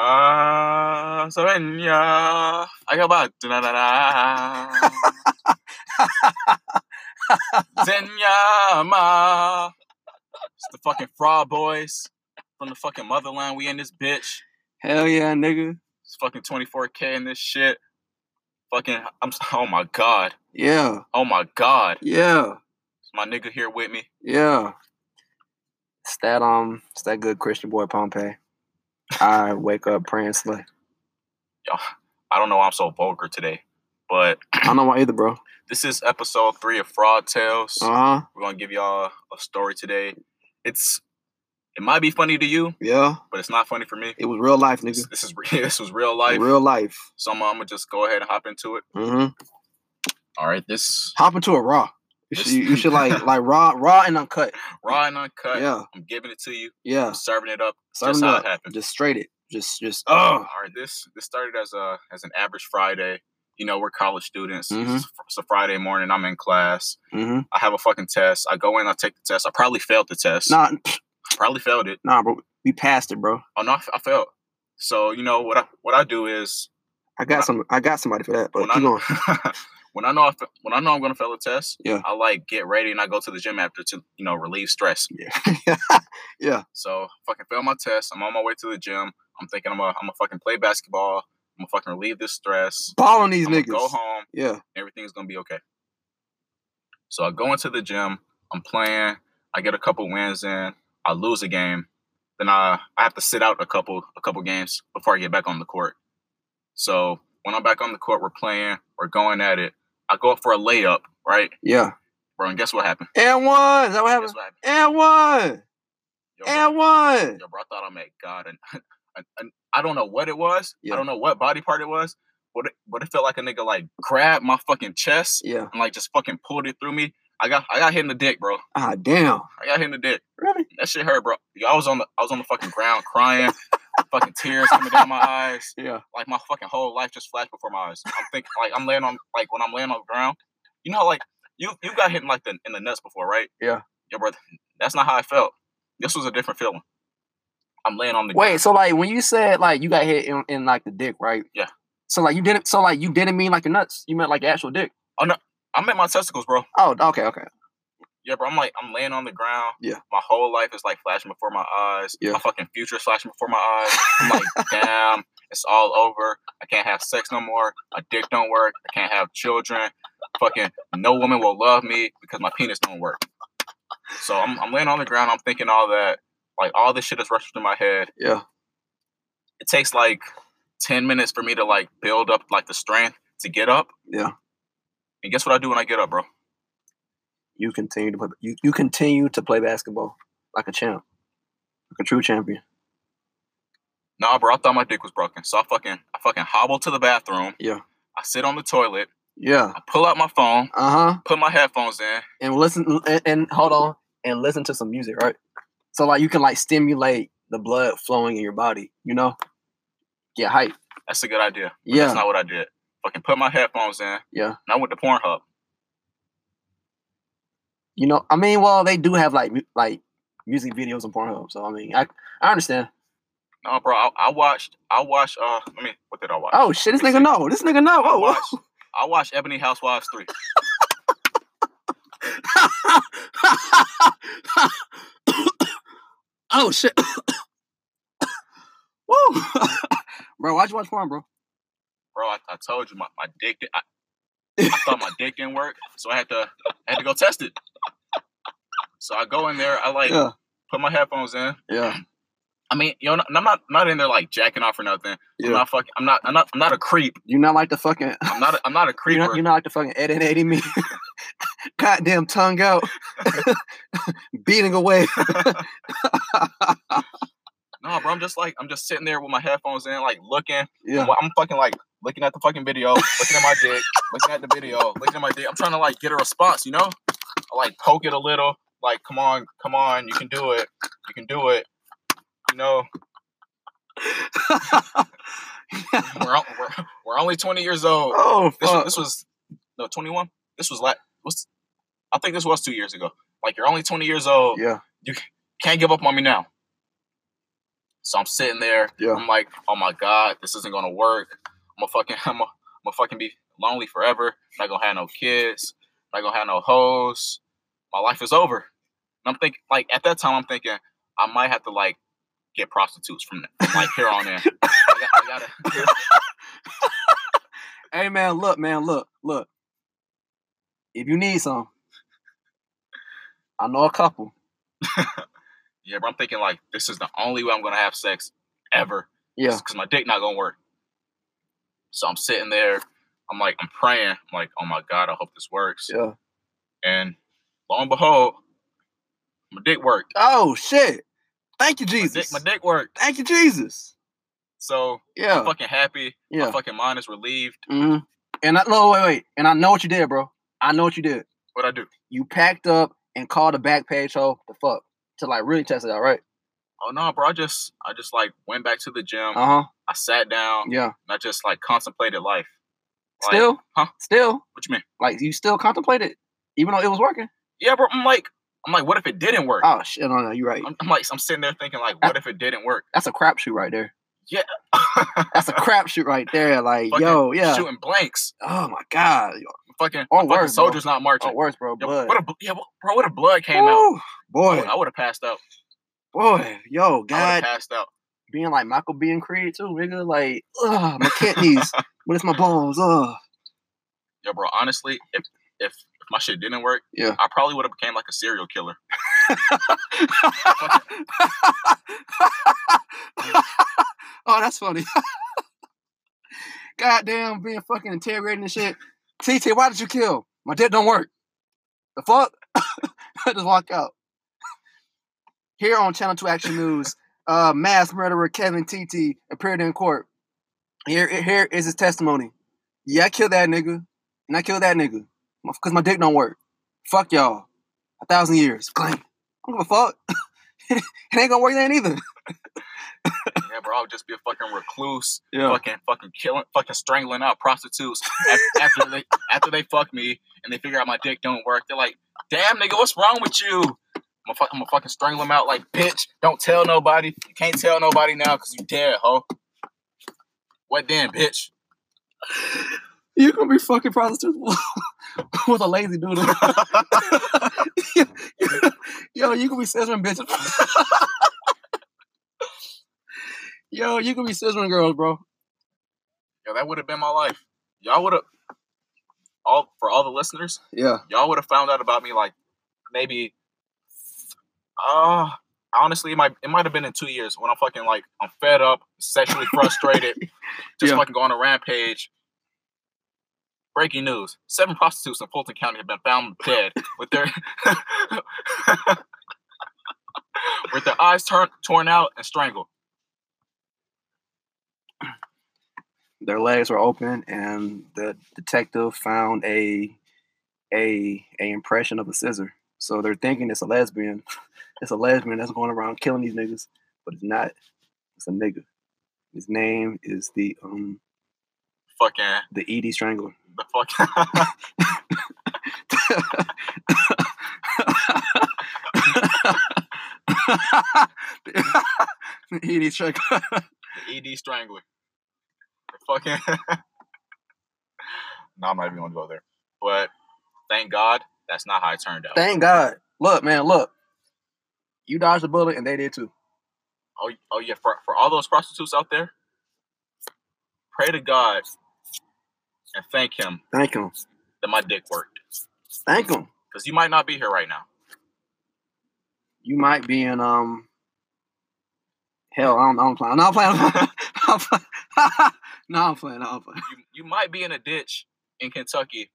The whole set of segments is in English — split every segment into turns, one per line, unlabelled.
Ah, Slovenia, I go back to na na na. Zenyama. It's the fucking fraud boys from the fucking motherland. We in this bitch.
Hell yeah, nigga.
It's fucking 24K in this shit. Fucking, I'm, s- oh my god.
Yeah,
Oh my god.
yeah,
It's my nigga here with me.
yeah. It's that um, it's that good Christian boy Pompey. I wake up praying slay.
Y'all, I don't know why I'm so vulgar today, but
I don't know why either, bro.
this is episode three of Fraud Tales.
Uh huh.
We're gonna give y'all a story today. It's, it might be funny to you,
Yeah,
but it's not funny for me.
it was real life, nigga.
This, this is re- this was real life.
Real life.
So I'm, gonna just go ahead and hop into it.
Mm-hmm.
All right, this
Hop into a raw. You should, you should like like raw, raw and uncut.
raw and uncut.
Yeah,
I'm giving it to you.
yeah.
I'm serving it up.
Serve
just
it
how
up.
it happened.
Just straight it. Just just
All
oh.
right, this this started as a as an average Friday. You know, we're college students.
Mhm.
It's, it's a Friday morning. I'm in class.
Mm-hmm.
I have a fucking test. I go in. I take the test. I probably failed the test.
Nah,
Probably failed it.
nah, bro. We passed it, bro.
Oh no, I, f- I failed. So you know what I what I do is
I got some. I got somebody for that. But
when
keep going.
I when I know I, fa- when I know I'm gonna fail the test,
Yeah.
I like get ready and I go to the gym after to you know relieve stress.
Yeah. yeah.
So fucking fail my test. I'm on my way to the gym. I'm thinking I'm a I'm a fucking play basketball. I'm gonna fucking relieve this stress.
Ball on these
I'm gonna
niggas.
Go home.
Yeah.
Everything's gonna be okay. So I go into the gym. I'm playing. I get a couple wins in. I lose a game. Then I I have to sit out a couple a couple games before I get back on the court. So when I'm back on the court, we're playing. We're going at it. I go up for a layup, right?
Yeah.
Bro, and guess what happened?
And one. Is that what
Guess
happens?
what happened?
And one.
Yo, bro.
And one.
Yo, bro, I thought I met God, and and- and I don't know what it was.
Yeah.
I don't know what body part it was, but it, but it felt like a nigga like grabbed my fucking chest
Yeah.
and like just fucking pulled it through me. I got I got hit in the dick, bro.
Ah, damn.
I got hit in the dick.
Really?
That shit hurt, bro. Yo, I was on the I was on the fucking ground crying, fucking tears coming down my eyes.
Yeah.
Like my fucking whole life just flashed before my eyes. I'm thinking like I'm laying on like when I'm laying on the ground. You know, how, like you you got hit in, like the in the nuts before, right?
Yeah.
Yo, bro, that's not how I felt. This was a different feeling. I'm laying on the
Wait. So like when you said like you got hit in, in like the dick, right?
Yeah.
So like you didn't. So like you didn't mean like your nuts. You meant like your actual dick.
I'm at my testicles, bro.
Oh. Okay. Okay.
Yeah, bro. I'm like, I'm laying on the ground.
Yeah.
My whole life is like flashing before my eyes.
Yeah.
My fucking future flashing before my eyes. I'm like, damn, it's all over. I can't have sex no more. My dick don't work. I can't have children. Fucking no woman will love me because my penis don't work. So I'm, I'm laying on the ground. I'm thinking all that. Like all this shit is rushing through my head.
Yeah.
It takes like ten minutes for me to like build up like the strength to get up.
Yeah.
And guess what I do when I get up, bro?
You continue to play. You, you continue to play basketball like a champ, like a true champion.
Nah, bro, I thought my dick was broken. So I fucking I fucking hobble to the bathroom.
Yeah.
I sit on the toilet.
Yeah.
I pull out my phone,
Uh huh.
put my headphones in.
And listen. And, and hold on. And listen to some music, right? So like you can like stimulate the blood flowing in your body. You know. Get hype.
That's a good idea. But
Yeah.
That's not what I did. Fucking put my headphones in. And
Yeah.
I went to Pornhub.
You know, I mean, well, they do have like mu- like music videos on Pornhub, so I mean, I I understand.
No, bro, I, I watched I watched uh I mean, what did I watch?
Oh shit, this nigga know, this nigga know.
I
Oh,
watched I watched Ebony Housewives 3.
oh shit. Woo, bro, why'd you watch porn, bro?
Bro, I, I told you my, my dick did, I, I thought my dick didn't work, so I had to I had to go test it. So I go in there, I like
Yeah,
put my headphones in.
yeah,
I mean, you know, I'm not not in there like jacking off or nothing.
yeah.
I'm not fucking. I'm not. I'm not. I'm not a creep.
you're not like the fucking.
I'm not. A, I'm not a
You're
creeper.
not, you're not like the fucking Ed and Eddie me. Goddamn tongue out, beating away.
no, bro. I'm just like. I'm just sitting there with my headphones in, like looking.
yeah,
I'm- I'm fucking like looking at the fucking video, looking at my dick, looking at the video, looking at my dick. I'm trying to like get a response. You know, I like poke it a little. Like, come on, come on, you can do it. You can do it. You know, we're on- we're, we're only 20 years old.
oh
This,
fuck.
this was no 21. This was like what's. I think this was two years ago. Like you're only 20 years old.
Yeah,
can't give up on me now. So I'm sitting there.
Yeah.
I'm like, oh my god, this isn't gonna work. I'm gonna fucking, I'm gonna, I'm gonna fucking be lonely forever. Not gonna have no kids. Not gonna have no hoes. My life is over. And I'm thinking, like at that time, I'm thinking I might have to like get prostitutes from, from like here on in. I got- I gotta-
Hey man, look, man, look, look. If you need some, I know a couple.
yeah, but I'm thinking like this is the only way I'm gonna have sex ever.
Yeah.
because my dick not gonna work. So I'm sitting there, I'm like, I'm praying, I'm like, oh my god, I hope this works.
Yeah.
And lo and behold, my dick worked.
Oh shit. Thank you,
My dick,
Jesus.
my dick worked.
Thank you, Jesus.
So I'm
Yeah.
fucking happy. My
Yeah.
fucking mind is relieved.
hmm And I no wait, wait. And I know what you did, bro. I know what you did.
What I do?
You packed up and called a back page hoe the fuck. To like really test it out, right?
Oh no, bro! I just, I just like went back to the gym.
Uh-huh.
I sat down
Yeah.
and I just like contemplated life. Like,
Still?
huh?
Still?
What you mean?
Like you still contemplate it, even though it was working.
Yeah, bro. I'm like, I'm like, what if it didn't work?
Oh Uh. shit, no, no, you're right.
I'm, I'm like, I'm sitting there thinking like, what if it didn't work?
That's a crapshoot right there. That's a
Fucking
crapshoot right there. Like, yo, yeah.
Shooting blanks.
Oh my god.
Fucking, my
Or
fucking
worse, bro.
soldiers not marching.
Oh, worse, bro.
Yo,
Blood.
what a bl- yeah, wha- bro, what a blood came out. Oh,
Woo,
I
boy,
would- I would have passed out.
boy, yo,
I would have
God,
passed out.
being like Michael B. and Creed too, nigga. Like, ugh, my kidneys. what is my bones? Ugh.
Yo, bro, honestly, if if, if my shit didn't work,
Yeah.
I probably would have became like a serial killer.
oh, that's funny. Goddamn, being fucking interrogated and shit. TT, why did you kill? My dick don't work. The fuck? I just walk out. Here on Channel 2 Action News, uh, mass murderer Kevin TT appeared in court. Here, here is his testimony. Yeah, I killed that nigga, and I killed that nigga, cause my dick don't work. Fuck y'all. A thousand years. Clank. I don't give a fuck. it ain't gonna work then either.
yeah, bro, I would just be a fucking recluse,
Yeah.
fucking fucking killing, fucking strangling out prostitutes af- after they after they fuck me and they figure out my dick don't work. They're like, damn nigga, what's wrong with you? I'm gonna, fuck, I'm gonna fucking strangle him out like, bitch, don't tell nobody. You can't tell nobody now because you dead, ho. What then, bitch?
You gonna be fucking prostitutes with a lazy dude. Yo, you gonna be scissoring bitches. Yo, you gonna be scissoring girls, bro.
Yo, that would have been my life. Y'all would have all for all the listeners,
Yeah.
y'all would have found out about me like maybe uh honestly it might it might have been in two years when I'm fucking like I'm fed up, sexually frustrated, just
Yeah.
fucking go on a rampage. Breaking news. Seven prostitutes in Fulton County have been found dead with their with their eyes turn, torn out and strangled.
Their legs were open and the detective found a a a impression of a scissor. So they're thinking it's a lesbian. It's a lesbian that's going around killing these niggas, but it's not. It's a nigga. His name is the um
Fucking
the E Edie Strangler.
the fucking
the Edie Strangler.
The ED E Strangler. The fucking. no, I'm not even gonna go there. But thank God that's not how it turned out.
Thank God. Look, man, look. You dodged a bullet and they did too.
oh, oh yeah, for, for all those prostitutes out there, pray to God and thank Him
Thank him.
that my dick worked.
Thank him.
Because you might not be here right now.
You might be in um hell. I don't. I don't plan. No, I'm playing. I'm playing. no, I'm playing. No, I'm playing.
You, you might be in a ditch in Kentucky,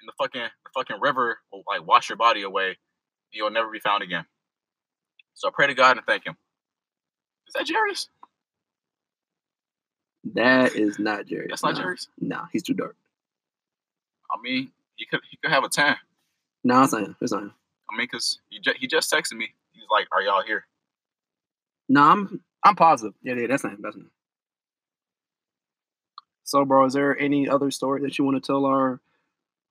and the fucking the fucking river will like wash your body away. And you'll never be found again. So pray to God and thank Him. Is that Jerry's?
That is not Jerry.
That's not
Nah.
Jerry's.
Nah, he's too dark.
I mean, he could he could have a ten.
Nah, it's not him. It's not him.
I mean, cause he ju- he just texted me. He's like, "Are y'all here?"
Nah, I'm I'm positive. Yeah, yeah, that's not him. That's not him. So, bro, is there any other story that you want to tell our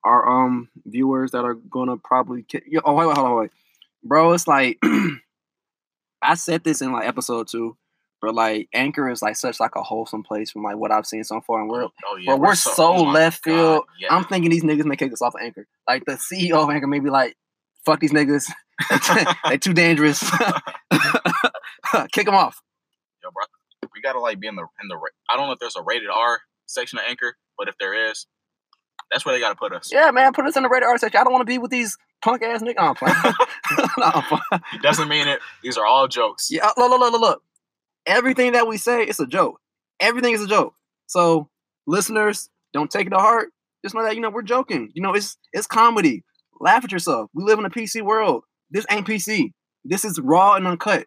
our um viewers that are gonna probably? Ki- Yo, oh, wait, wait, hold on, wait, bro. It's like I said this in like episode two, But like Anchor is like such like a wholesome place from like what I've seen so far, and we're
oh,
but we're so
my
left
God,
field.
yeah.
I'm thinking these niggas may kick us off of Anchor. Like the CEO of Anchor may be like, "Fuck these niggas, they too dangerous. kick them off."
Yo, bro, we gotta like be in the in the. ra- I don't know if there's a rated R section of Anchor, but if there is, that's where they gotta put us.
Yeah, man, put us in the rated R section. I don't want to be with these punk ass niggas. No, I'm playing. No, I'm playing.
He doesn't mean it. These are all jokes.
Yeah, uh, look, look, look, look, look. Everything that we say, it's a joke. Everything is a joke. So, listeners, don't take it to heart. Just know that you know we're joking. You know, it's it's comedy. Laugh at yourself. We live in a PC world. This ain't PC. This is raw and uncut.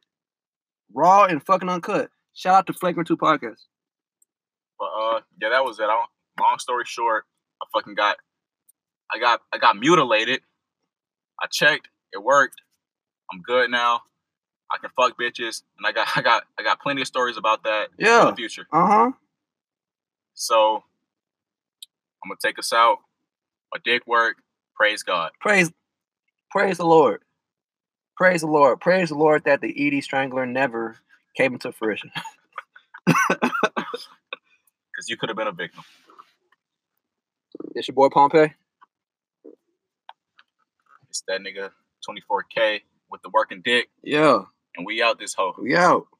Raw and fucking uncut. Shout out to Flagrant Two Podcast.
But uh, yeah, that was it. I don't, long story short, I fucking got, I got, I got mutilated. I checked, it worked. I'm good now. I can fuck bitches, and I got, I got, I got plenty of stories about that in
Yeah.
the future.
Uh huh.
So I'm gonna take us out. My dick work. Praise God.
Praise, praise the Lord. Praise the Lord. Praise the Lord that the Edie Strangler never came into fruition.
Because you could have been a victim.
It's your boy Pompey.
It's that nigga 24K with the working dick,
Yeah.
and we out this hoe.
We out.